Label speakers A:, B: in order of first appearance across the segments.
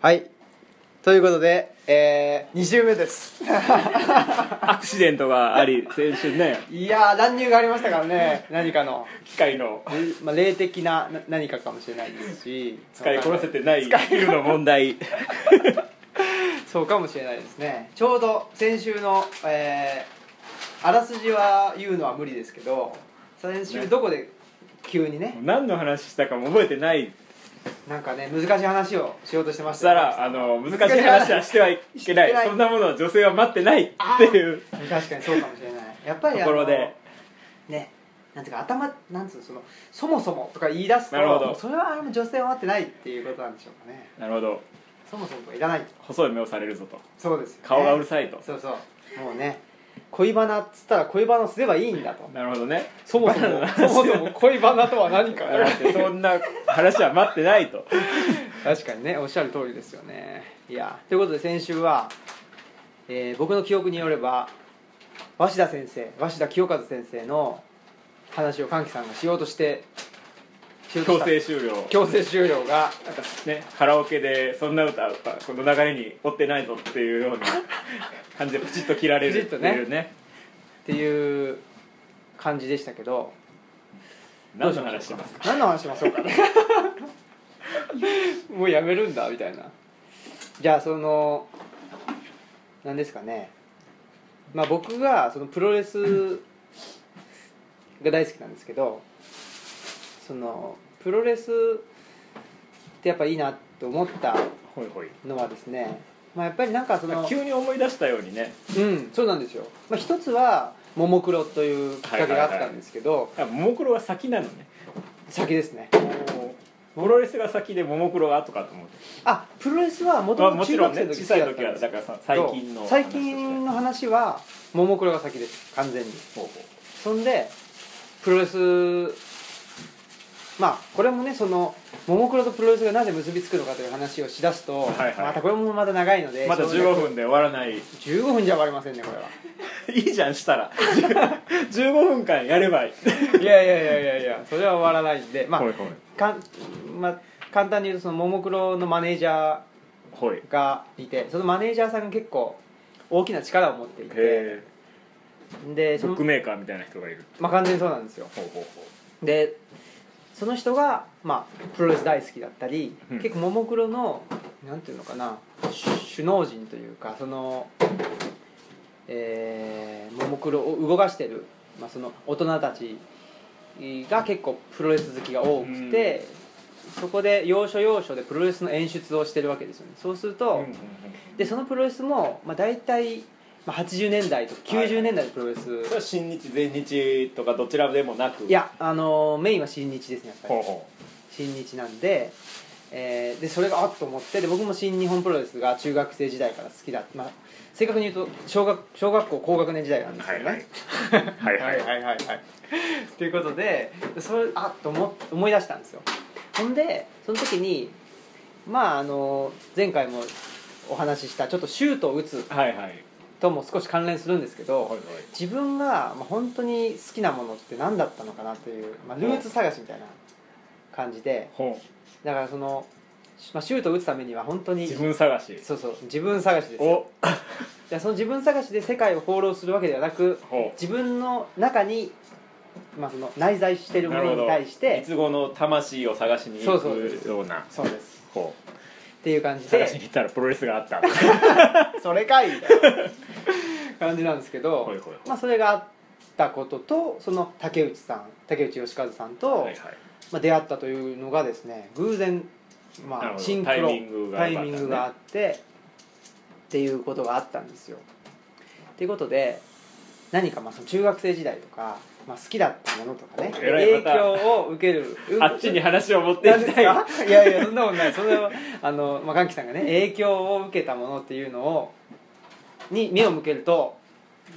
A: はいということで、えー、2週目です
B: アクシデントがあり先週ね
A: いやー乱入がありましたからね何かの、
B: 機械の
A: まあ、霊的なな何かかもしれないですし
B: 使いこなせてないスキルの問題
A: そうかもしれないですねちょうど先週の、えーあらすじは言うのは無理ですけど先週どこで急にね
B: 何の話したかも覚えてない
A: なんかね難しい話をしようとしてま
B: そ
A: し
B: したた
A: よ
B: らあの難しい話はしてはいけない
A: してない
B: そんなものは女性は待ってないっていう
A: 確かにそうかもしれないやっぱりあの
B: ところで
A: ねなんていうか頭なんつうのそのそもそもとか言い出すと
B: なるほど
A: それはあの女性は待ってないっていうことなんでしょうかね
B: なるほど
A: そもそもとかいらないと
B: 細い目をされるぞと
A: そうですよ、ね、
B: 顔がうるさいと、
A: そうそうもうね恋バナっつったら恋 バナをすればいいんだと
B: なるほど ね
A: そもそもそもそも恋バナとは何か
B: だってそんな話は待ってないと
A: 確かにねおっしゃる通りですよねいやということで先週は、えー僕の記憶によれば鷲田先生鷲田清和先生の話を歓喜さんがしようとしてしようと
B: 強
A: した
B: 制終了
A: 強制終了が
B: なんかねカラオケでそんな歌この流れに追ってないぞっていうような感じでプチッと切られるって
A: プチッ
B: い
A: と
B: うね
A: っていう感じでしたけど
B: 何の話してますか
A: か何の話しましょう かねもうやめるんだみたいなじゃあその何ですかねまあ僕がそのプロレスが大好きなんですけどそのプロレスってやっぱいいなと思った
B: ほいほい
A: のはですね、まあ、やっぱりなんかその
B: 急に思い出したようにね
A: うんそうなんですよ、まあ、一つはももクロというきっかけがあったんですけど、
B: あももクロが先なのね
A: 先ですね
B: プロレスが先でももクロが後かと思って
A: あプロレスはもと
B: まあ
A: もと中
B: もちろん
A: 学生の
B: ね
A: 時
B: 小
A: 好
B: さ
A: き
B: い
A: だった
B: 時
A: ん
B: は
A: です
B: だからさ最近の話
A: 最
B: と
A: 近
B: して
A: の話はももクロが先です完全に
B: ほうほ
A: そんでプロレスまあこれもねそのももクロとプロレスがなぜ結びつくのかという話をしだすと、
B: はいはい
A: またこれもまた長いので
B: うまだ
A: ちょうど
B: 15
A: ね
B: 分で終わらない い
A: 15分じゃ終わりませんねこれは
B: いじゃんしたら 15分間やればいい
A: いやいやいやいやいやそれは終わらないんでまあ
B: ほいほい
A: かん、まあ、簡単に言うとそのももクロのマネージャー
B: ほいへ
A: がいてそのマネージャーさんが結構大きな力を持っていて
B: えブ
A: でそ
B: ッ
A: の
B: ク、メーカーみたいな人がいる
A: まあ、完全にそうなんですよ
B: ほうほうほ
A: でその人が、まあ、プロレス大好きだったり、
B: うん
A: 結構ももクロのなんていうのかな首脳陣というかそのえーももクロを動かしてる、まあ、その大人たちが結構プロレス好きが多くて、そこで要所要所でプロレスの演出をしてるわけですよねそうすると、
B: ううんうんうん
A: でそのプロレスも、まあ、大体、まあ、80年代とか90年代のプロレス、
B: それは新日全日とかどちらでもなく
A: いや、あのーメインは新日ですねやっぱり
B: ほうほ
A: 新日なんで,、えーでそれがあっと思ってで僕も新日本プロレスが中学生時代から好きだ、まあ、正確に言うと小学小学校高学年時代なん
B: う
A: ですよね、
B: はいは
A: は
B: い
A: い はいはいということでそれあっと思思い出したんですよほんでその時にまああの前回もお話ししたちょっとシュートを打つ
B: はいはい
A: とも少し関連するんですけど、
B: ほいほい
A: 自分がまあ本当に好きなものって何だったのかなという、まあ、ルーツ探しみたいな感じで
B: ほ
A: だからその、まあ、シュートを打つためには本当
B: う
A: に
B: 自分探し
A: そうそう自分探しですよ
B: お
A: いやその自分探しで世界を放浪するわけではなく
B: ほう
A: 自分の中に、まあ、その内在しているものに対し
B: い
A: て
B: つごの魂を探しに
A: そ
B: 行
A: うそう
B: くような
A: そうです
B: ほ
A: っていう感
B: う
A: じ
B: 探しに
A: で
B: 行ったらプロレスがあった
A: それかいみたいな 感じなんですけど、
B: ほいほい
A: まあ、それがあったこととその竹内さん竹内義和さんと、
B: はいはい
A: まあ、出会ったというのがですね偶然、
B: なる
A: ま
B: ほ
A: あ、
B: ど
A: シンク
B: タイ
A: ロ
B: ミングが
A: タ
B: 良
A: イ
B: かったね
A: ミングがあってっていうことがあったんですよ。ということで何かまあその中学生時代とか、まあ、好きだったものとかね
B: えらい
A: 影
B: また
A: 響を受ける
B: あっちに話を持ってい
A: 何で
B: き
A: す
B: たい
A: かいやいやそんなことないそれはあの、まあ、元気さんがね影響を受けたものっていうのをに目を向けると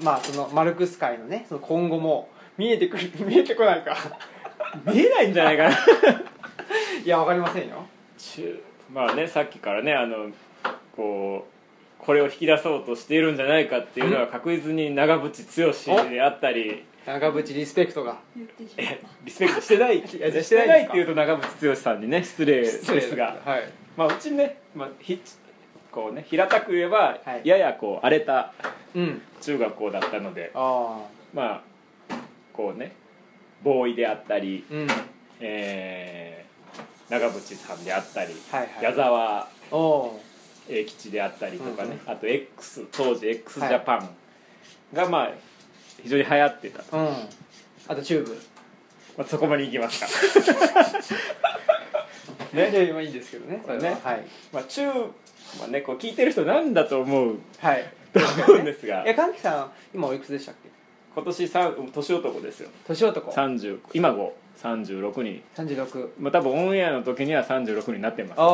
A: まあそのマルクス界のねその今後も見えてくる見えてこないか
B: 見えないんじゃないかな
A: いやわかりませんよ
B: 中まあねさっきからねあのこうこれを引き出そうとしているんじゃないかっていうのは確実に長渕剛であったり
A: 長渕リスペクトが
C: 言ってしまった
B: リスペクトしてない
A: いやしてないですか
B: してないっていうと長渕剛さんにね失礼ですが
A: はい
B: まあうちね、まあ、ひこうね平たく言えば、
A: はい
B: ややこう荒れた
A: うん
B: 中学校だったので
A: ああ
B: まあこうねボーイであったり、
A: うん
B: えー長渕さんであったり、
A: はいはい
B: 矢沢
A: おお
B: 永吉であったりとかね、
A: うん
B: あと X 当時 x ジャパンがまあ非常に流行ってたと、
A: ーうんあとチューブ
B: まあ、そこまで行き ますか
A: ねで今いいんですけどね
B: これね
A: それははい
B: まあ中、まあね、こう聞いてる人なんだと思う
A: はい
B: と思うんですが
A: えかんきさん今おいくつでしたっけ
B: 今年さん年男ですよ
A: 年男
B: 30今後36に、
A: 36
B: まあ、多分オンエアの時には36になってます
A: お
B: あ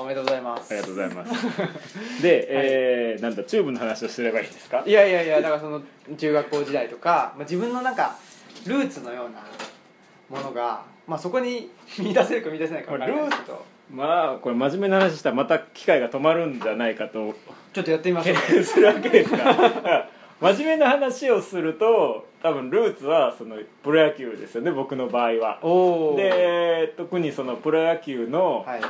A: おおめでとうございます
B: りがとうございます で、えーなんだチューブの話をすればいいんですか
A: いやいやいやだからその中学校時代とか、まあ、自分のなんかルーツのようなものが、まあ、そこに 見出せるか見出せないか分からないですけど
B: まあこれ真面目な話したらまた機会が止まるんじゃないかと
A: ちょっとやってみましょう
B: 懸念するわけですが真面目な話をすると多分ルーツはそのプロ野球ですよね僕の場合は
A: おお
B: で特にそのプロ野球の、
A: はい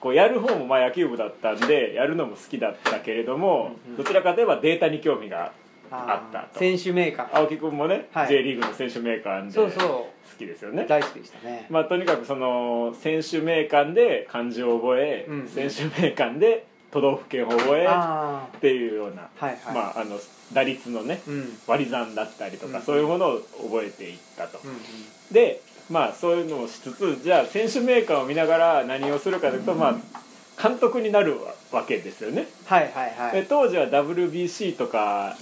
B: こうやる方もまあ野球部だったんでやるのも好きだったけれども、
A: うんうん
B: どちらかといえばデータに興味があった
A: ー
B: と
A: 選手名鑑
B: 青木君もね、
A: はい
B: J リーグの選手名鑑で
A: そう
B: 好
A: そ
B: きですよ
A: う
B: ね
A: 大好きでしたね、
B: まあとにかくその選手名鑑で漢字を覚え、
A: うんうん
B: 選手名鑑で都道府県を覚えっ
A: あ
B: ていうような、
A: あはいはい、
B: まああの打率のね
A: うんうん
B: 割り算だったりとか、
A: うん
B: そういうものを覚えていったと、
A: うん
B: でまあそういうのをしつつじゃあ選手名鑑を見ながら何をするかというと、まあ監督になるわわけですよね
A: はいはいは
B: で
A: い
B: 当時は WBC とか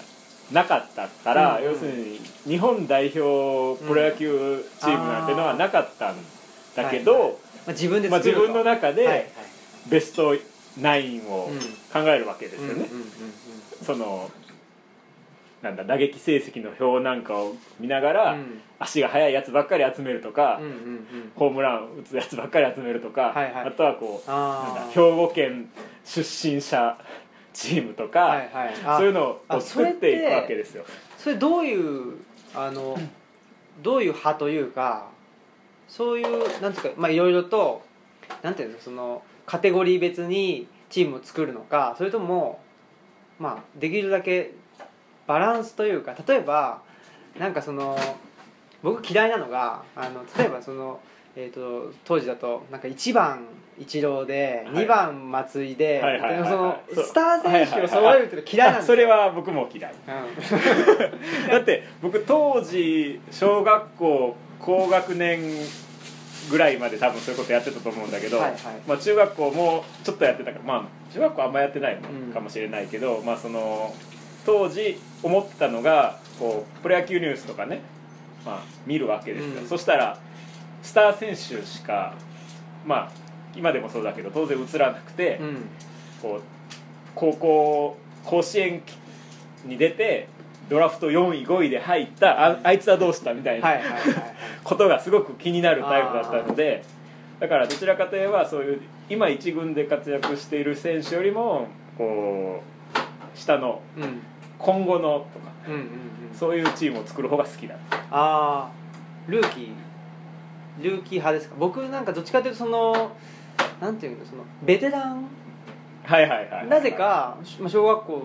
B: なかったから、
A: うんうん
B: 要するに日本代表プロ野球チームなんてのはなかったんだけど、
A: うんあーはいはいまあ、自分で
B: まあ、
A: 作
B: 自
A: ると
B: 分の中
A: はいはい
B: でベストナインを考えるわけです
A: う
B: よね、
A: んうんうん
B: そのなんだ打撃成績の表なんかを見ながら、
A: うんうん
B: 足が速いやつばっかり集めるとか、
A: うんうんうん
B: ホームラン打つやつばっかり集めるとか、
A: はいはい
B: あとはこうなんだ
A: あ
B: 兵
A: あ
B: 庫県出身者チームとか、
A: はいはいあ
B: そういうのを
A: あそ
B: 作
A: れ
B: っ
A: って
B: ていくわけですよ
A: それどういうあのどういう派というかそういうなんていうかまあいろいろとなんていうのそのカテゴリー別にチームを作るのかそれともまあできるだけバランスというか例えばなんかその僕嫌いなのがあの例えばその、えー、と当時だとなんか1番一郎で、
B: はい
A: 二2番松井で、
B: はいはいはいはい
A: その
B: そう
A: スター選手を揃えるっていうの嫌いなん
B: あ
A: です
B: そ
A: よ。
B: れは僕も嫌い
A: うん
B: だって僕当時小学校高学年ぐらいまで多分そういうことやってたと思うんだけど、
A: はいはい
B: まあ、中学校もちょっとやってたから、まあ、中学校あんまやってない
A: うん
B: かもしれないけど、まあ、その当時思ってたのがこうプロ野球ニュースとかね、まあ、見るわけですよ、
A: うん
B: そしたらスター選手しか、まあ、今でもそうだけど当然映らなくて、
A: うん
B: こう高校甲子園に出てドラフト4位5位で入ったああいつはどうしたみたい
A: はいはい
B: な
A: はいはい
B: ことがすごく気になるタイプだったのでだからどちらかといえばそういう今一軍で活躍している選手よりもこう下の
A: うんうん
B: 今後のとか
A: うんうん
B: そういうチームを作る方が好きだった
A: ああルーキールーキー派ですか僕なんかどっちかというとそのなんていうのそのベテラン
B: はいはいはい
A: なぜかしまあ小学校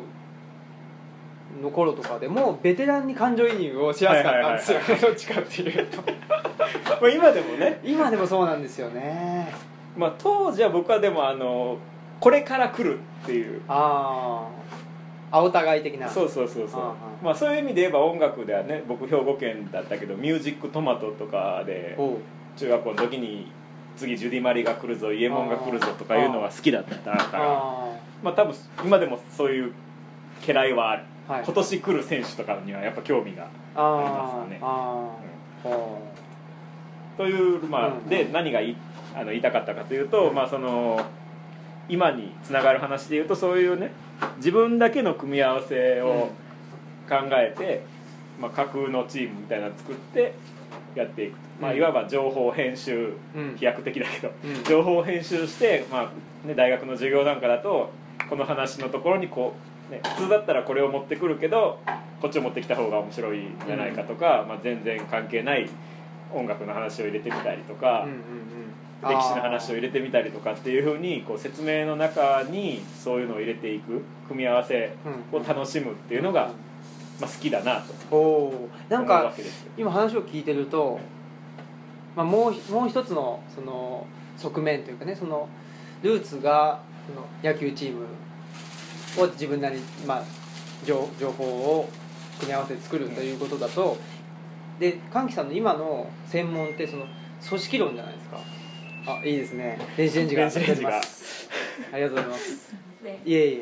A: の頃とかでもベテランに感情移入をしやすかったんですよ
B: は
A: どっちかっていうと
B: まあ今でもね
A: 今でもそうなんですよね
B: まあ当時は僕はでもあのこれから来るっていう
A: あああお互い的な
B: そうそうそうそう
A: ああ
B: まあ、そういう意味で言えば音楽ではね僕兵庫県だったけど「ミュージックトマト」とかで
A: おう
B: 中学校の時に次ジュディ・マリが来るぞイエモンが来るぞとかいうのは好きだったから
A: あ
B: まあ多分今でもそういう嫌いはある
A: あはい
B: 今年来る選手とかにはやっぱ興味が、あります
A: あ
B: よね
A: ーあーほ
B: うんというまあ、
A: うん
B: で何がいあの言いたかったかというと、まあその今につながる話で言うとそういうね自分だけの組み合わせ
A: う
B: を考えて、まあ、架空のチームみたいなの作ってやっていくと、まあ、
A: うん
B: いわば情報編集
A: うん
B: 飛躍的だけど、
A: うん
B: 情報編集して、まあね、大学の授業なんかだとこの話のところにこう、ね、普通だったらこれを持ってくるけどこっちを持ってきた方が面白いんじゃないかとか、まあ、全然関係ない音楽の話を入れてみたりと
A: うんう
B: か、
A: んうん
B: 歴史の話を入れてみたりとかっていうふうにこう説明の中にそういうのを入れていく組み合わせを楽しむっていうのが、まあ、好きだなと
A: おおーなん
B: 思うわ
A: か
B: けですよ
A: 今話を聞いてると、まあ、もうひもう一つのその側面というかねそのルーツがその野球チームを自分なり、まあ、情情報を組み合わせて作るということだと、で歓喜さんの今の専門ってその組織論じゃないですかあいいですね電子レンジが
B: 電子レン
A: 出
B: ジが
A: てますありがとうございます
C: で
A: いえいえ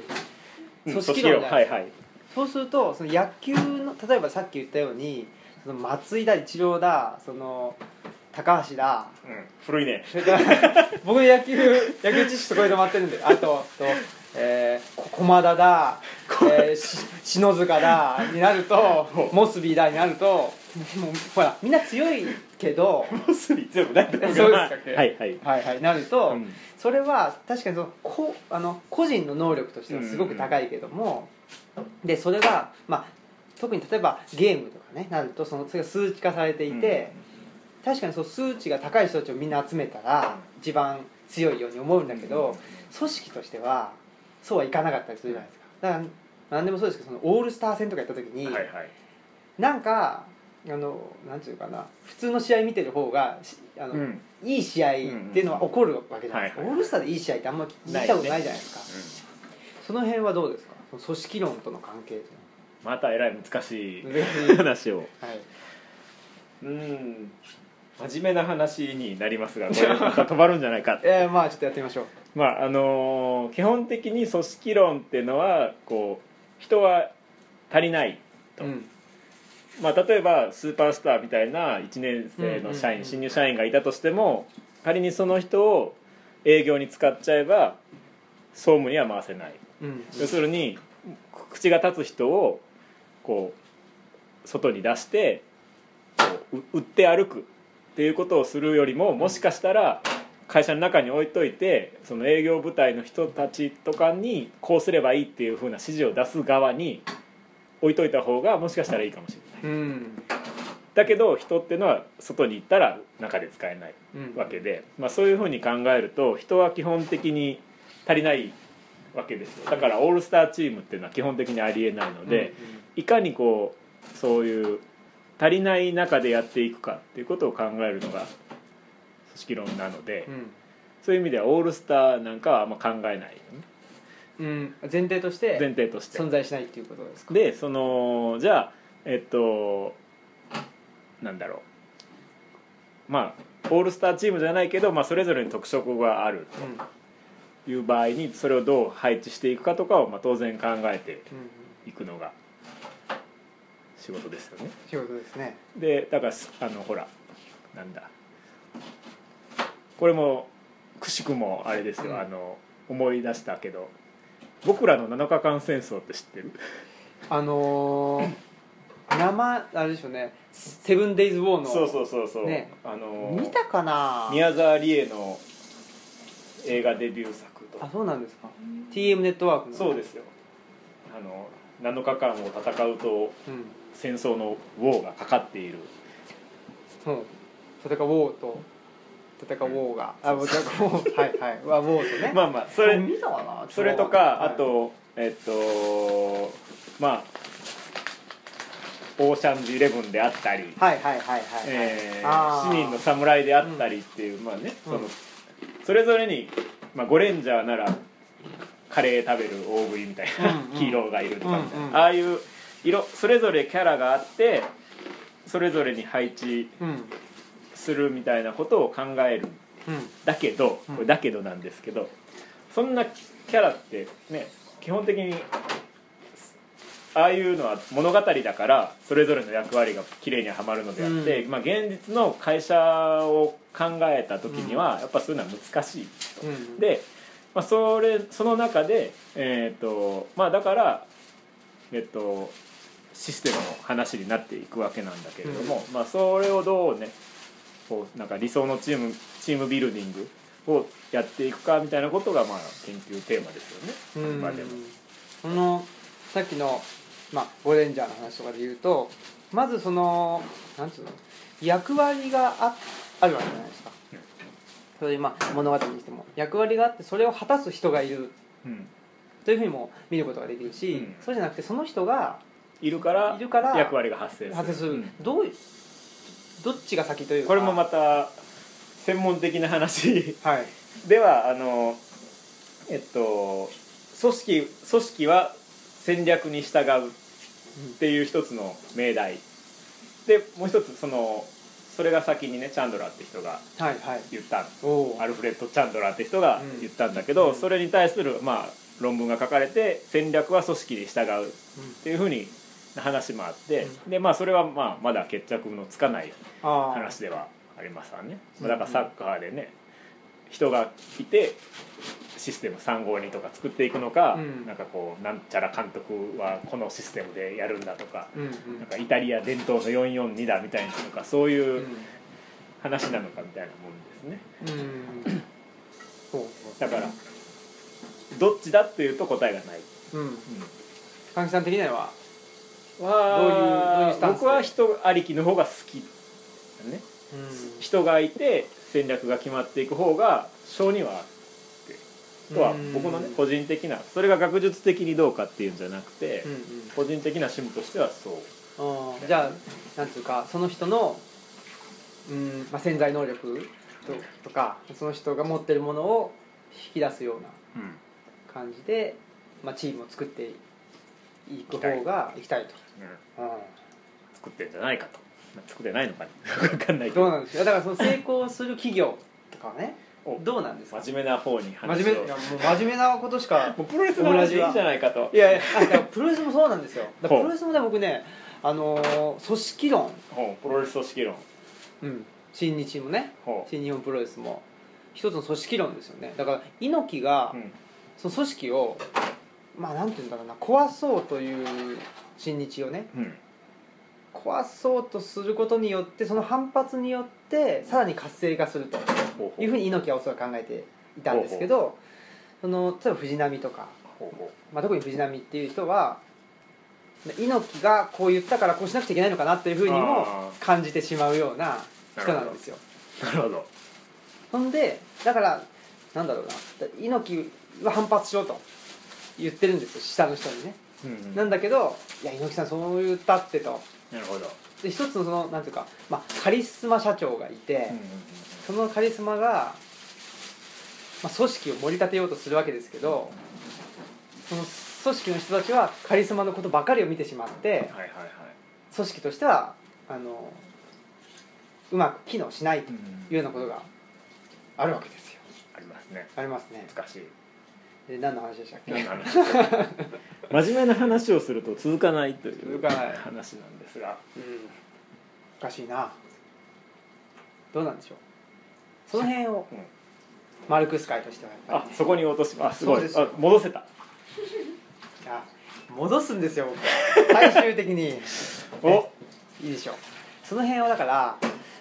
B: うん
A: 組織論じゃな
B: はいいはい
A: そうするとその野球の例えばさっき言ったようにその松井だ一郎だその高橋だ
B: うん古いね
A: それから 僕の野球野球知識とこれで回ってるんであとと、えー、こ駒田だ、えー、し篠塚だになるとモスビーだになるともうほらみんな強いけど
B: もうすぐ強くないと思うけ
A: そう
B: ど
A: です
B: は
A: か
B: いはい
A: はいはいなると、
B: うん
A: それは確かにそのこあの個人の能力としてはすごく高いけども、でそれが、まあ、特に例えばゲームとかねなるとそのそれが数値化されていて、確かにそう数値が高い人たちをみんな集めたら一番強いように思うんだけど、組織としてはそうはいかなかったりするじゃないですか。だから何でもそうですけどそのオールスター戦とかやった時に、
B: はいはい
A: なんかあのなんていうかな普通の試合見てる方がしあの、
B: うん
A: いい試合っていうのは起こるわけじゃないですか、
B: うんうん
A: オールスターでいい試合ってあんま聞いたことないじゃないですかその辺はどうですかその組織論との関係と
B: またえらい難しい
A: いうのは
B: 話を
A: はい
B: うん真面目な話になります がこれまた止まるんじゃないか
A: えー、まあちょっとやってみましょう
B: まああのー基本的に組織論っていうのはこう人は足りない、と
A: うん
B: まあ、例えばスーパースターみたいな1年生の社
A: うんう
B: 員、
A: んうん
B: 新入社員がいたとしても仮にその人を営業に使っちゃえば総務には回せない、
A: うん
B: 要するに口が立つ人をこう外に出してこうう売って歩くっていうことをするよりももしかしたら会社の中に置いといてその営業部隊の人たちとかにこうすればいいっていうふうな指示を出す側に置いといた方がもしかしたらいいかもしれない
A: うん
B: だけど人っていうのは外に行ったら中で使えない
A: うん
B: わけで、まあ、そういうふうに考えると人は基本的に足りないわけですよだからオールスターチームっていうのは基本的にありえないので、いかにこうそういう足りない中でやっていくかっていうことを考えるのが組織論なので、
A: うんうん
B: そういう意味ではオールスターなんかはあんま考えないよね
A: うん前提として
B: 前提として
A: 存在しないっていうことですか
B: でそのじゃあえっとなんだろうまあオールスターチームじゃないけど、まあ、それぞれに特色がある
A: うんうん
B: という場合にそれをどう配置していくかとかを、まあ、当然考えて
A: うん
B: いくのが仕事ですよね。
A: 仕事ですね
B: でだからすあのほらなんだこれもくしくもあれですよ、
A: うん
B: あの思い出したけど僕らの7日間戦争って知ってる
A: あのー、生あれでしょうね「セブンデイズ・ウォーの」
B: そうそうそうそう、
A: ね
B: あの
A: 見たかな
B: 宮沢りえの映画デビュー作と
A: あそうなんですか TM ネットワークの
B: そうですよあの7日間を戦うと
A: うん
B: 戦争のウォーがかかっている
A: うん、戦おうと戦おうが、あもう戦おうはいはいはウォーとね、
B: まあまあそれ
A: 見たかな
B: それと
A: はい
B: かあとえっとまあオーシャンズイレブンであったり、
A: はいはいはいはい、
B: え
A: あ
B: ー、
A: ー
B: 市民の侍であったりっていう、まあねその、
A: うん
B: それぞれに、まあ、ゴレンジャーならカレー食べる大食いみたいな、
A: うんうん
B: ヒーローがいるとかみたいな、
A: うんうん
B: ああいう色それぞれキャラがあってそれぞれに配置
A: うん
B: するみたいなことを考える
A: うん
B: だけど
A: うん
B: これだけどなんですけど、そんなキャラってね基本的にああいうのは物語だからそれぞれの役割が綺麗にはまるのであって、
A: う
B: まあ、現実の会社を考えた時にはやっぱそういうのは難しいと。
A: うん
B: で、まあ、それその中で、えーとまあ、だから、えっとシステムの話になっていくわけなんだけれども、まあ、それをどうねこうなんか理想のチームチームビルディングをやっていくかみたいなことが、まあ、研究テーマですよね。
A: うん
B: まあでも
A: そのさっきの、まあ、ゴレンジャーの話とかで言うとまずそのなんつうの役割がああるわけじゃないですかそういうまあ物語にしても役割があってそれを果たす人がいる
B: うん、
A: というふうにも見ることができるし、
B: うん
A: そうじゃなくてその人が
B: いるから
A: いるから
B: 役割が発生する
A: 発生する、
B: うん
A: どういうどっちが先というか
B: これもまた専門的な話
A: はい
B: ではあのえっと組織組織は戦略に従うっていう一つの命題でもう一つそのそれが先にねチャンドラーって人が
A: はいはい
B: 言った
A: おお
B: アルフレッド・チャンドラーって人が言ったんだけど、
A: うん
B: それに対する、まあ、論文が書かれて戦略は組織に従うっていうふうに話もあって、
A: う
B: でまあそれはまあまだ決着のつかない
A: あー
B: 話ではありますわね、
A: うん
B: だからサッカーでね人がいてシステム352とか作っていくのか、
A: うん
B: なんかこうなんちゃら監督はこのシステムでやるんだとか,、
A: うんうん
B: なんかイタリア伝統の442だみたいなとかそういううん話なのかみたいなもんですね
A: うんそう
B: だからどっちだっていうと答えがない、
A: そううん関木さん的にはどういうどう
B: は
A: いうスタンスで
B: 僕は人ありきの方が好きだね
A: うん
B: 人がいて戦略が決まっていく方が性にはとは僕のね
A: うん
B: 個人的なそれが学術的にどうかっていうんじゃなくて
A: うんうん
B: 個人的な趣味としてはそう
A: あーじゃあなんていうかその人の、うんまあ、潜在能力ととかその人が持ってるものを引き出すような感じで、まあ、チームを作っていく方がいきたいと、
B: うん
A: う
B: 作ってんじゃないかとまあ作ってないのか なわかんない
A: ん、
B: け
A: どう
B: ど
A: なんですかだからその成功する企業とかはね
B: お
A: どうなんですか
B: 真面目な方に
A: 真
B: 話を
A: 面目いやもう真面目なことしか
B: もうプロレスの話でいいじゃないかと
A: いやいやあだからプロレスもそうなんですよだからプ
B: ほう
A: ロレスもね僕ねあのー組織論、
B: ほうプロレス組織論
A: うん、新日もね
B: ほう
A: 新日本プロレスも一つの組織論ですよねだから猪木が
B: うん
A: その組織をまあなんて言うんだろうな壊そうという新日をね
B: うん
A: 壊そうとすることによってその反発によってさらに活性化すると
B: ほうほう
A: いうふうに猪木はおそらく考えていたんですけどその例えば藤波とか、
B: ほうほ
A: まあ、特に藤波っていう人は猪木がこう言ったからこうしなくちゃいけないのかなというふうにも
B: あ
A: 感じてしまうような
B: ー
A: 人なんですよ。
B: うなるほど
A: ほんでだからなんだろうな猪木は反発しろと言ってるんですよ下の人にね、
B: うん
A: な
B: なん
A: だけどいや猪木さんそう言ったってと
B: るほど
A: で一つのそのなんていうか、まあ、カリスマ社長がいて、
B: うんうん
A: そのカリスマが、まあ、組織を盛り立てようとするわけですけどその組織の人たちはカリスマのことばかりを見てしまって
B: うんはいはいはい
A: 組織としてはあのうまく機能しないと
B: う
A: い
B: ん
A: うようなことがあるわけですよ
B: ありますね
A: ありますね
B: 難しい
A: で何の話でしたっけ
B: 何の話 真面目な話をすると続かないという
A: 続かない
B: 話なんですが
A: うんおかしいなどうなんでしょうその辺を
B: うん
A: マルクス会としてはやっぱ
B: あ
A: り、ね、
B: そこに落としますすご
A: そう
B: い
A: です
B: あ戻せた
A: あ戻すんですよ僕最終的に
B: お
A: いいでしょうその辺はだから、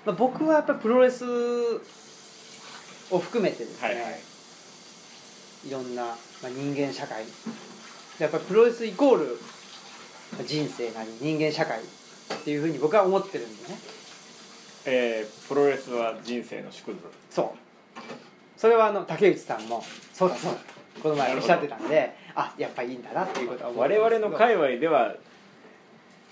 A: まあ、僕はやっぱりプロレスを含めてですね、
B: はい
A: い
B: はい
A: ろんな、まあ、人間社会やっぱりプロレスイコールまあ人生なり人間社会っていうふうに僕は思ってるんでね
B: えープロレスは人生の縮図
A: そうそれはあの竹内さんもそうだそうだとこの前おっしゃってたんであやっぱいいんだなっていうことは思って
B: 我
A: ます
B: 々の界隈では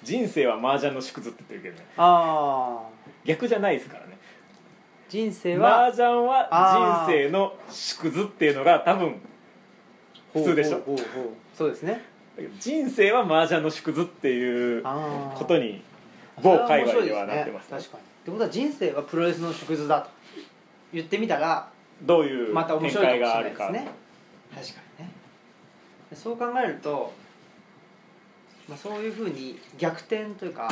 B: 人生は麻雀の縮図って言ってるけどね
A: ああ
B: 逆じゃないですからね
A: 人生
B: 麻
A: は
B: 雀は
A: あー
B: 人生の縮図っていうのが多分普通でしょ
A: ほうほうほうほうそうですね
B: 人生は麻雀の縮図っていう
A: あー
B: ことに
A: それ
B: 某界
A: 面
B: 隈では
A: 白いすね
B: なってますね
A: 確かにってことは人生はプロレスの縮図だと言ってみたら
B: どういう
A: また面
B: 展
A: 白
B: 開
A: いかもし
B: が
A: れ
B: あ
A: ない
B: る
A: です
B: か
A: ね確かにねそう考えると、まあ、そういうふうに逆転というか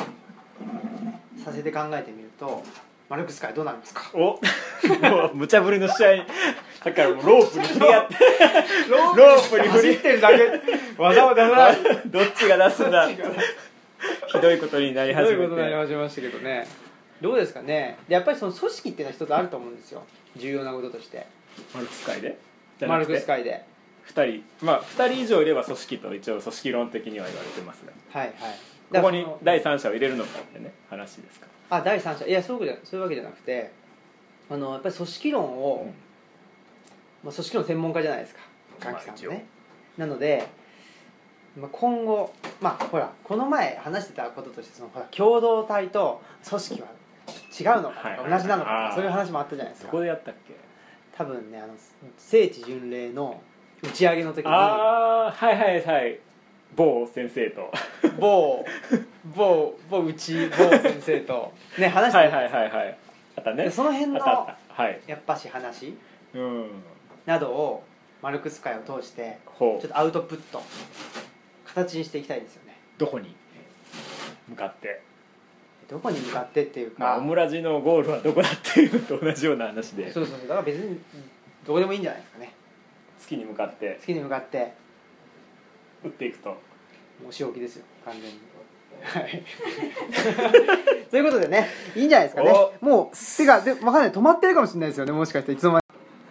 A: させて考えてみるとマルクス会どうなりますか
B: お もう無茶ぶりの試合だからもうロープに振り合って
A: ロ
B: ロープに振り
A: 走ってるだ けわざわざない
B: どっちが出すんだひどいことになり
A: ひど
B: 始
A: いこ
B: め
A: とになり
B: て
A: 始めましたけどねどうですかねでやっぱりその組織っていうのは一つあると思うんですよ重要なこととして
B: マルクス会で
A: マルクス
B: 会
A: 会で
B: 2人まあ2人以上いれば組織と一応組織論的には言われてますが
A: はいはい
B: ここに
A: だからその
B: 第三者を入れるのかってね話ですか
A: あ第三者いやそういうわけじゃそういうわけじゃなくてあのやっぱり組織論を、
B: うん
A: まあ、組織論専門家じゃないですか
C: ま
A: 関
C: あ
A: 木さん
C: 一
A: も
C: 応
A: ねなので、まあ、今後まあほらこの前話してたこととしてそのほら共同体と組織は違うのか
B: はい
A: と
B: はい
A: か同じなのかと
B: あ
A: か
B: ー
A: そういう話もあったじゃないです
B: そ
A: か
B: こでやったっけ
A: 多分ねあの聖地巡礼の打ち上げの時に
B: ああはいはいはい某先生と
A: 某某某うち某先生と ね話して
B: は
A: た
B: いはいはいはいあったね
A: でその辺の
B: あったあったはい
A: やっぱし話
B: うん
A: などをマルクス会を通して
B: ほ
A: ちょ
B: う
A: っとアウトプット形にしていきたいですよね
B: どこに向かって
A: どこに向かってっていうか、
B: まあオムラジのゴールはどこだっていうのと同じような話で
A: そうそうそうだから別にどうでもいいんじゃないですかね
B: 月に向かって
A: 月に向かって
B: 打っていくと
A: もうお仕置きですよ完全にはい ということでねいいんじゃないですかねもうてかで分かんない止まってるかもしれないですよねもしかしていつの間に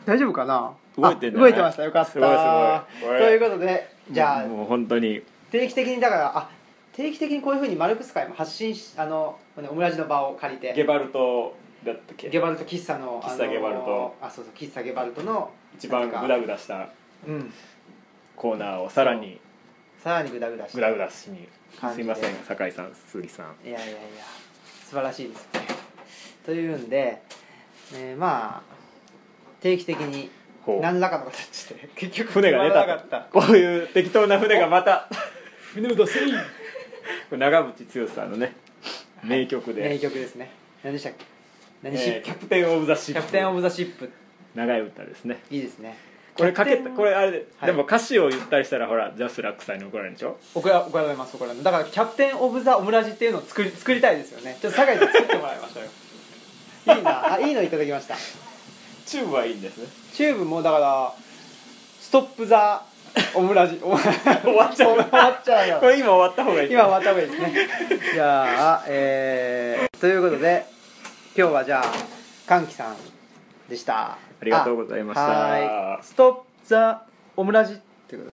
A: 大丈夫かな
B: 動いてん
A: あ
B: じゃな
A: 動
B: い
A: いてましたよかった
B: すごいすごい
A: ということでじゃあ
B: もう本当に
A: 定期的にだからあ定期的にこういうふうにマルクス会も発信しあのオムラジの場を借りて
B: ゲバルトだったっけ
A: ゲバルト喫茶のあの
B: 喫茶ゲバルト
A: あそうそう喫茶ゲバルトの
B: 一番グダグダした
A: うん
B: コーナーをさらに
A: さらにグダグダして
B: グダグダしに
A: 感
B: すい
A: じで
B: ません酒井さん鈴木さん
A: いやいやいや素晴らしいですねというんで、えーまあ定期的に
B: ほう
A: 何らかの形で 結局
B: 船が出た
A: 止まらなかった
B: こういう適当な船がまた船を出せい 長渕剛さんのね名曲
A: 名
B: で、
A: 曲ですね何でしたっけ何シッ
B: えー
A: プ、
B: キャプテン・オブ・ザ・シ
A: キ
B: ップ
A: ャプテン・オブ・ザ・シップ
B: 長い歌ですね
A: いいですね
B: これかけ
A: キャプ
B: た
A: テン
B: これあれで、
A: はい
B: でも歌詞を言ったりしたらほらジャスラックさんに怒られるんでしょ
A: 怒ら怒られます怒られますだからキャプテン・オブ・ザ・オムラジっていうのを作り作りたいですよねちょっと酒井さん作ってもらいましょうよ いいなあいいのいただきました
B: チューブはいいんですね
A: チューブもだからストップ・ザ・オムラジ 終
B: 終わっちゃう
A: 終わっちゃうよ
B: これ今終わった方がいい
A: 今終わった方がいいですねじゃあえー、ということで今日はじゃあかんきさんでした
B: ありがとうございました
A: はーいストップ・ザ・オムラジ